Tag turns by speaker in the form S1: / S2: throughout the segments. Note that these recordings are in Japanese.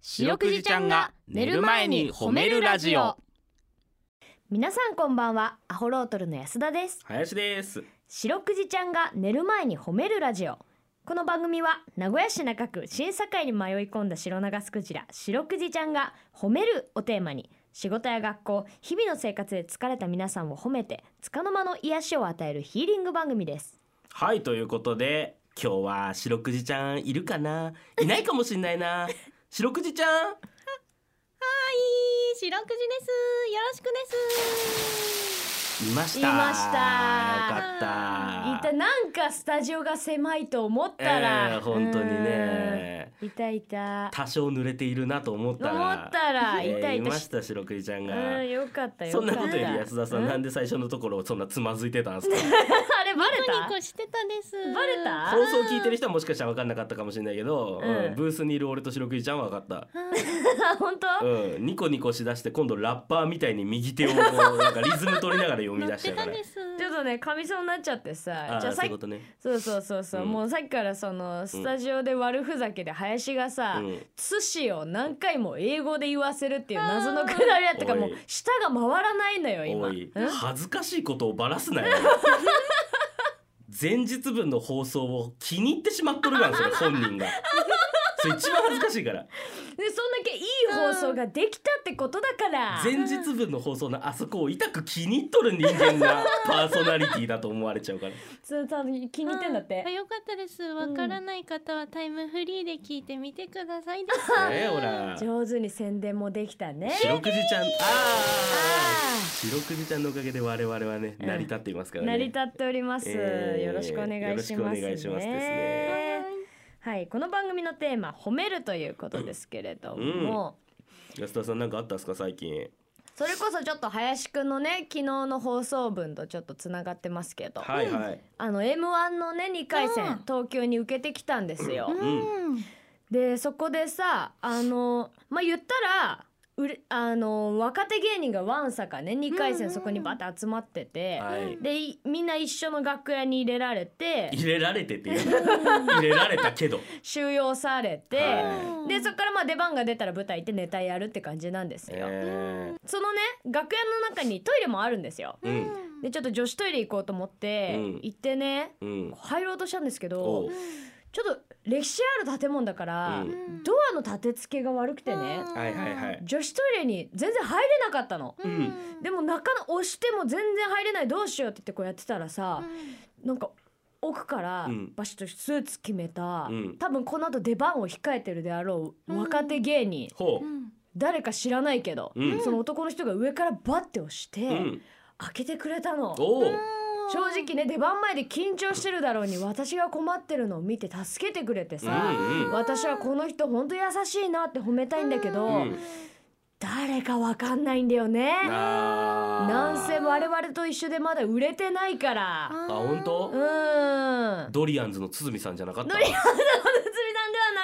S1: 白くじちゃんが寝る前に褒めるラジオ
S2: 皆さんこんばんはアホロートルの安田です
S1: 林です
S2: 白くじちゃんが寝る前に褒めるラジオこの番組は名古屋市中区審査会に迷い込んだ白長スクジラ白くじちゃんが褒めるをテーマに仕事や学校日々の生活で疲れた皆さんを褒めて束の間の癒しを与えるヒーリング番組です
S1: はいということで今日は白くじちゃんいるかないないかもしんないな 白くじちゃん
S3: はい、白くじです。よろしくです。
S1: いました
S2: いま
S1: よ
S2: した
S1: か
S2: い
S1: った
S2: たなんかスタジオが狭いと思ったら、
S1: えー本当にね
S2: うんいたいた
S1: 多少濡れているなと思ったら
S2: 思ったら
S1: えー
S2: いたいた
S1: ました白くじちゃんが
S2: うんよかったよ
S1: そんなことより
S2: かった
S1: 安田さん、
S2: う
S1: なんで最初のところそんなつまずいてた んですか
S2: あれバレ
S3: ニ
S2: た
S3: コニコしてたです。
S2: バレた
S1: 放送聞いてる人はもしかしたら分かんなかったかもしれないけど、
S2: うん
S1: うんブースにいる俺と白くじちゃんは分かった
S3: はい
S2: あ本当、
S1: うん、ニコニコしだして今度ラッパーみたいに右手をこう なんかリズム取りながら読み
S3: 乗
S1: 出
S3: っ
S1: してたか
S3: た
S1: ら
S3: です。
S2: ちょっとね噛みそうになっちゃって
S1: あ
S2: さ
S1: あ
S2: じゃあさ
S1: そう
S2: っ
S1: いうことね、
S2: そうそうそうそう、
S1: うん
S2: もうさっきからそのスタジオで悪ふざけで林がさ、
S1: うん、
S2: 寿司を何回も英語で言わせるっていう謎のくだりだったから
S1: お
S2: も
S1: いう
S2: 舌が回らないのよ今
S1: おい
S2: うん
S1: 恥ずかしいことをばらすなよ前日分の放送を気に入ってしまっとるがんそれ本人がそれ一番恥ずかしいから
S2: でそんだけいい放送ができたってことだから、
S1: 前日分の放送のあそこを痛く気に入っとる人間 がパーソナリティだと思われちゃうから
S2: その気に入ってんだって、
S3: あよかったです。わからない方はタイムフリーで聞いてみてくださいです。
S1: ねえほら
S2: 上手に宣伝もできたね
S1: 白くじちゃんああ
S2: あ
S1: 白くじちゃんのおかげで我々はね
S2: うん
S1: 成り立っていますか
S2: ー
S1: らね、
S2: 成り立っております、
S1: えー
S2: よろしくお願いしますね
S1: よろしくお願いしますですね
S2: はいこの番組のテーマ褒めるということですけれども、
S1: 安田さんなんかあったんすか最近
S2: それこそちょっと林くんのね昨日の放送分とちょっとつながってますけど、
S1: はいはい、
S2: あの M1 のね2回戦、
S3: うん
S2: 東京に受けてきたんですよ。
S3: うん。
S2: でそこでさあのまあ言ったらうれあの若手芸人がわんさかね2回
S3: うん
S2: 戦
S3: うん
S2: そこにバタ集まってて、
S1: はい
S2: でいみんな一緒の楽屋に入れられて
S1: 入れられてっ て言うな入れられたけど
S2: 収容されて、
S1: は
S2: でそこからまあ出番が出たら舞台行ってネタやるって感じなんですよ。
S1: え
S2: そのね楽屋の中にトイレもあるんですよ。
S1: ー、うん
S2: でちょっと女子トイレ行こうと思って、
S1: うん
S2: 行ってね
S1: うん
S2: 入ろうとしたんですけ
S1: お
S2: ど
S1: う
S2: ちょっと歴史ある建物だから、
S1: うん
S2: ドアの立て付けが悪くてね、
S1: はいはいはい
S2: 女子トイレに全然入れなかったの。
S1: うん
S2: でも中の押しても全然入れないどうしようって言ってこうやってたらさ、なんか奥から
S1: うん
S2: バシッとスーツ決めた、
S1: うん
S2: 多分この後出番を控えてるであろう
S3: うん
S2: 若手芸人、
S1: ほ
S2: 誰か知らないけど、
S1: うん
S2: その男の人が上からバッて押して、
S1: う、うん、
S2: 開けてくれたの。
S1: おう
S2: 正直ね出番前で緊張してるだろうに私が困ってるのを見て助けてくれてさ、
S1: うんうん
S2: 私はこの人ほんと優しいなって褒めたいんだけど、
S1: うん
S2: 誰かわかんないんだよね
S1: な
S2: なんせ我々と一緒でまだ売れてないから
S1: あ本当
S2: うーん
S1: ドリアンズの堤さんじゃなかった
S2: ドリアンズのつみなんでは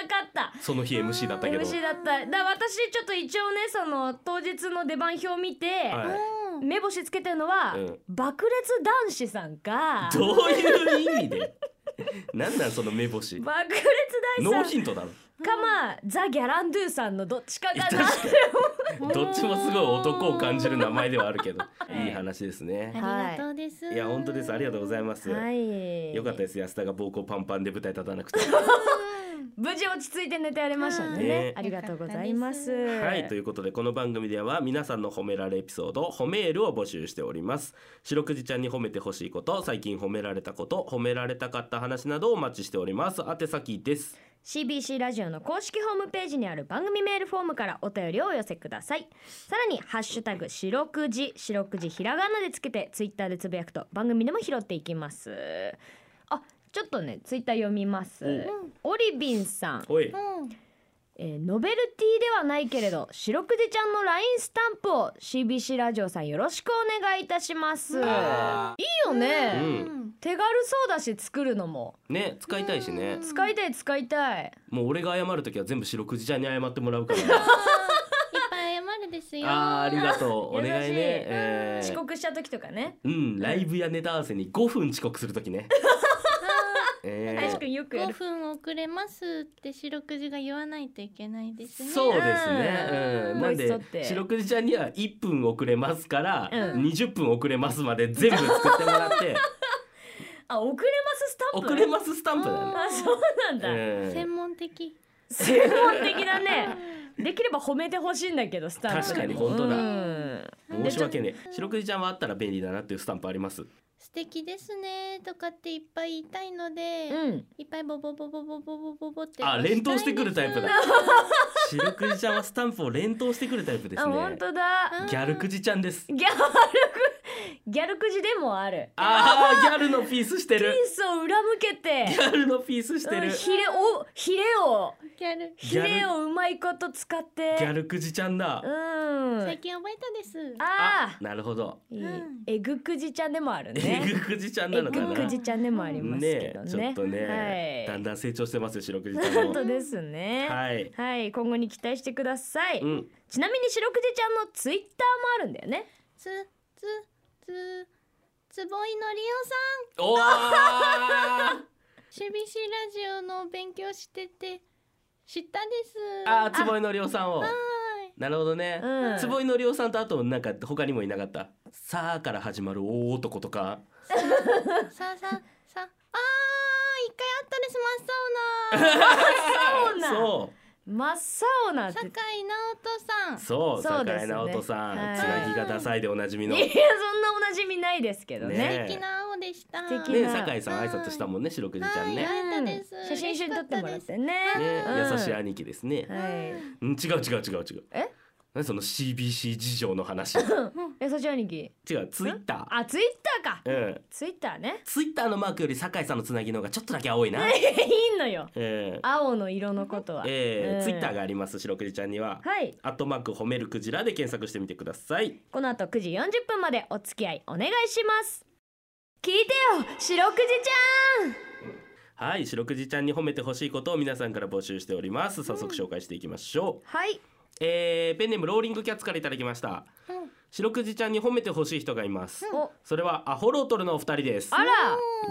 S2: なかった
S1: その日 MC だったけど
S2: MC だっただから私ちょっと一応ねその当日の出番表を見て、
S1: は
S2: 目星つけてるのは、
S1: うん
S2: 爆裂男子さんか
S1: い、どういう意味で なんなんその目星ノ
S2: 爆裂男
S1: ー
S2: 子
S1: ヒントだろ
S2: さんかまあザ・ギャランドゥさんのどっちかが
S1: 確
S2: な
S1: かにどっちもすごい男を感じる名前ではあるけどいい話ですね
S3: ありがとうです。
S1: いや本当ですありがとうございます、
S2: はい
S1: よかったです安田が暴行パンパンで舞台立たな くて
S2: 無事落ち着いて寝てやれましたんでね
S1: ね
S2: ありがとうございます
S3: よ
S1: はいということでこの番組では皆さんの褒められエピソード褒めールを募集しております白くじちゃんに褒めてほしいこと最近褒められたこと褒められたかった話などをお待ちしております宛先です
S2: CBC ラジオの公式ホームページにある番組メールフォームからお便りをお寄せくださいさらに「ハッシュタグ白くじ」白くじひらがなでつけてツイッターでつぶやくと番組でも拾っていきますあちょっとねツイッター読みます、オリビンさん、
S1: おい
S2: えーノベルティではないけれど白くじちゃんの LINE スタンプを CBC ラジオさんよろしくお願いいたしますいい
S1: あ
S2: よね、
S1: うん
S2: 手軽そうだし作るのも
S1: ーね使いたいしね
S2: 使いたい使いたい
S1: もう俺が謝るときは全部白くじちゃんに謝ってもら うから
S3: いっぱい謝るですよ。
S1: あーありがとうお願いね
S2: 優しい
S1: えー
S2: 遅刻した時とかね
S1: うん、ライブやネタ合わせに5分遅刻するときね。え
S2: 林くんよくや
S3: 5
S2: る。
S3: 分遅れますって四六時が言わないといけないですね
S1: そうですね。うん、なん
S2: ボイス撮
S1: で
S2: って
S1: 白くじちゃんには1分遅れますから、
S2: うん
S1: 20分遅れますまで全部作ってもら って、
S2: あ遅れますスタンプ。
S1: 遅れますスタンプだね。
S2: あそうなんだ。
S1: うん
S3: 専門的
S2: 専門的だね。できれば褒めてほしいんだけどスタンプ。
S1: 確かに本当だ
S2: うん
S1: 申し訳ねえ。白くじちゃんはあったら便利だなっていうスタンプあります。
S3: 素敵ですねとかっていっぱい言いたいので、
S2: うん。
S3: いっぱいボボボボボボボボボって
S1: あ、連投してくるタイプだ
S3: 押し。
S1: 白くじちゃんはスタンプを連投してくるタイプです
S2: あ
S1: ね。
S2: 本当だ。
S3: たいんです
S1: ギャルくじちゃんです。
S2: ギャルくギャルくじでもある。
S1: ああ、ギャルのピースして
S2: ピー
S1: る。
S2: スを裏向けて
S1: ギ。ャルのピースして
S2: うん
S1: る。
S2: ヒレをヒレを
S3: ギャル
S2: ヒレをうまいこと使って。
S1: ギャルくじちゃんだ
S2: う。ん。
S3: 最近覚えたです
S2: ああ。
S1: なるほど。
S2: いい
S3: うん
S2: えぐくじちゃんでもあるね。
S1: えぐくじちゃん
S2: え
S1: なのかな。
S2: ぐくじちゃんでもありますけどね。
S1: えちょっとね、
S2: は
S1: だん
S2: い。
S1: だん成長してますよ白くじ ちゃん
S2: 本
S1: も
S2: 当ですね。はい。
S1: はい、
S2: 今後に期待してください。
S1: うん、
S2: ちなみに白くじちゃんのツイッターもあるんだよね。
S3: つつつつぼいのりおさん
S1: お あ
S3: シビシラジオの勉強してて知ったです
S1: あー坪井のりおさんを
S3: はい
S1: なるほどね、
S2: うん
S1: 坪井のりおさんとあとなんか他にもいなかったさあから始まる大男とか
S3: さあさあさああー一回あったです真っ
S2: そ
S3: 青な
S2: うな。
S1: そ
S2: 真っ青なって
S3: 酒。井直人さん
S1: うそう
S2: そうで
S1: 坂
S2: すね
S1: 井直人さん、
S2: はい
S1: つなぎがダサいでおなじみ
S2: い
S1: の
S2: やそ
S1: ね
S2: んなおなじみないですけどね。
S1: ね
S3: 素敵な青でした
S2: 素敵な
S1: 酒井さん挨拶したもんね白くじちゃんね
S3: は
S1: ね
S3: い良かったです
S2: 写真一緒に撮ってもらってね。うん
S1: 優しい兄貴ですね、
S2: はい。
S1: うん、違う違う違う違う
S2: え
S1: 何その CBC 事情の話違
S2: 優しい兄貴。
S1: うツイッタ
S2: あツイッターか。
S1: ーうん
S2: ツイッターね。
S1: ツイッターのマークより酒井さんのつなぎの方がちょっとだけ青いな。
S2: いいのよ。
S1: えー
S2: 青の色のことは。
S1: え
S2: う
S1: ー、
S2: ん
S1: ツイッターがあります白くじちゃんには。
S2: はい。
S1: アットマーク褒めるクジラで検索してみてください。
S2: この後9時40分までお付き合いお願いします聞いてよ白くじちゃん
S1: はい、白くじちゃんに褒めてほしいことを皆さんから募集しております。早速紹介していきましょう。
S2: はい
S1: えーペンネームローリングキャッツからいただきました。
S3: うん
S1: 白くじちゃんに褒めてほしい人がいます。
S2: お
S1: それはアホロートルのお二人です。
S2: あら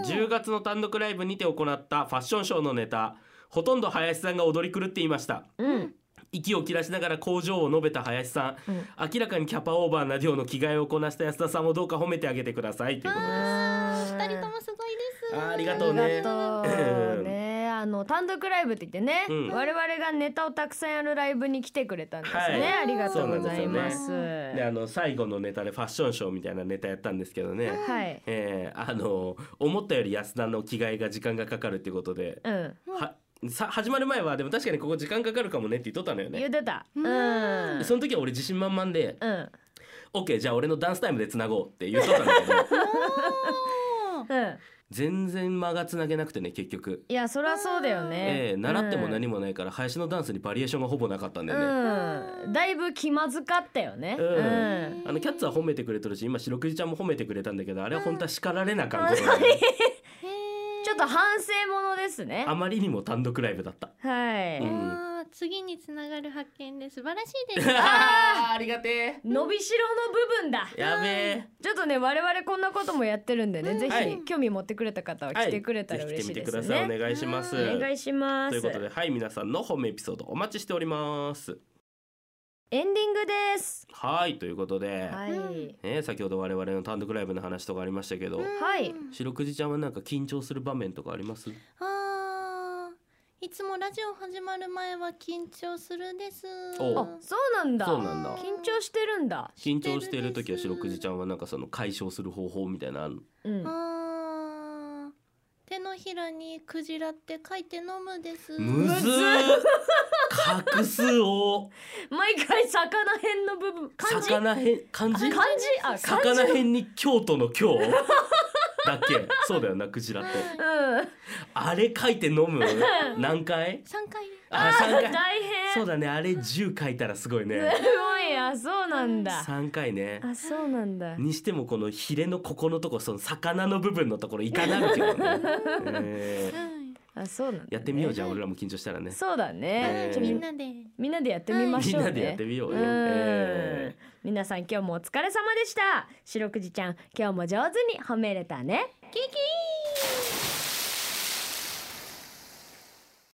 S1: 10月の単独ライブにて行ったファッションショーのネタほとんど林さんが踊り狂っていました
S2: うん
S1: 息を切らしながら工場を述べた林さん、
S2: うん
S1: 明らかにキャパオーバーな量の着替えをこなした安田さんもどうか褒めてあげてくださいということです
S2: あー
S3: 二人ともすごいです
S1: あーありが
S2: あ
S1: とうね
S2: りがとうねあの単独ライブって言ってね、
S1: うん
S2: 我々がネタをたくさんやるライブに来てくれたんですね、
S1: はい
S2: ありがとうございま
S1: そ
S2: す
S1: であの最後のネタでファッションショーみたいなネタやったんですけどね、
S2: はい
S1: えーあの思ったより安田の着替えが時間がかかるっていうことで、
S2: うん
S1: はさ始まる前はでも確かにここ時間かかるかもねって言っとったのよ
S2: 言
S1: ね
S2: うてたう
S3: うんん
S2: うん
S1: その時は俺自信満々で「OK じゃあ俺のダンスタイムでつなごう」って言っとったんだけど
S2: うん
S1: 全然間がつなげなくてね結局
S2: いやそりゃそうだよね
S1: ええ習っても
S2: うん
S1: 何もないから、林のダンスにバリエーションがほぼなかったんだよね。
S2: うんだいぶ気まずかったよね
S1: うん
S2: うん
S1: あのキャッツは褒めてくれてるし今白くじちゃんも褒めてくれたんだけどあれは本当は叱られなあかんことだね
S3: へー
S2: ちょっと反省ものですね
S1: あまりにも単独ライブだった
S2: はい、
S1: うん
S3: あー次につながる発見で素晴らし いです
S1: あありがて
S2: 伸びしろの部分だ
S1: えやべえ
S2: ちょっとね我々こんなこともやってるんでね、
S3: うん
S2: ぜ
S1: は
S2: ひ
S1: い
S2: 興味持ってくれた方は来てくれたら
S1: ぜひ来
S2: 嬉して
S1: み
S2: い
S1: て
S2: で
S1: く
S2: す
S1: だ
S2: ね、
S1: さい、お願いします
S3: お願
S2: お願いします
S1: ということではい皆さんの褒めエピソードお待ちしております
S2: エンディングです
S1: はいということで、
S2: はい、
S3: うん
S1: ね、先ほど我々の単独ライブの話とかありましたけど、
S3: うん
S2: はい
S1: 白くじちゃんはなんか緊張する場面とかあります
S3: あーいつもラジオ始まる前は緊張するです
S1: お
S2: あそうなんだ
S1: そうなんだ
S2: 緊張してるんだ
S1: 緊張してる時は
S3: 知ってる
S1: 白
S3: です
S1: くじちゃんはなんかその解消する方法みたいなのあんの
S2: うん
S3: あー手のひらにクジラって書いて飲むです
S1: むずー画数を
S2: 毎回魚編の部分漢字漢
S1: 魚編漢字
S2: 字あ漢字
S1: 魚編に京都の京だっけそうだよなクジラって
S3: はい
S2: うん
S1: あれ書いて飲む何回
S3: 三回
S1: あ
S2: あ
S1: 三
S2: ー
S1: 回
S2: 大変
S1: そうだねあれ10書いたらすごい
S2: す
S1: ね
S2: ごいあそうなんだ
S1: 3回ね
S2: あそうなんだ
S1: にしてもこのヒレのここのとこその魚の部分のところいかなるけどね、えー
S3: はい
S2: あそうなんだね
S1: やってみようじゃあ俺らも緊張したらね
S2: そうだ
S1: え
S2: ね
S1: ー
S2: ちょみ
S3: み
S2: ん
S3: ん
S2: な
S3: なで
S2: みんなでやってみま
S1: み
S2: し
S1: ん
S2: ょうね
S1: なでやってみよう
S2: う
S1: ね、
S2: ん
S1: え
S2: 皆さん今日もお疲れ様でした白くじちゃん今日も上手に褒めれたね
S3: キキー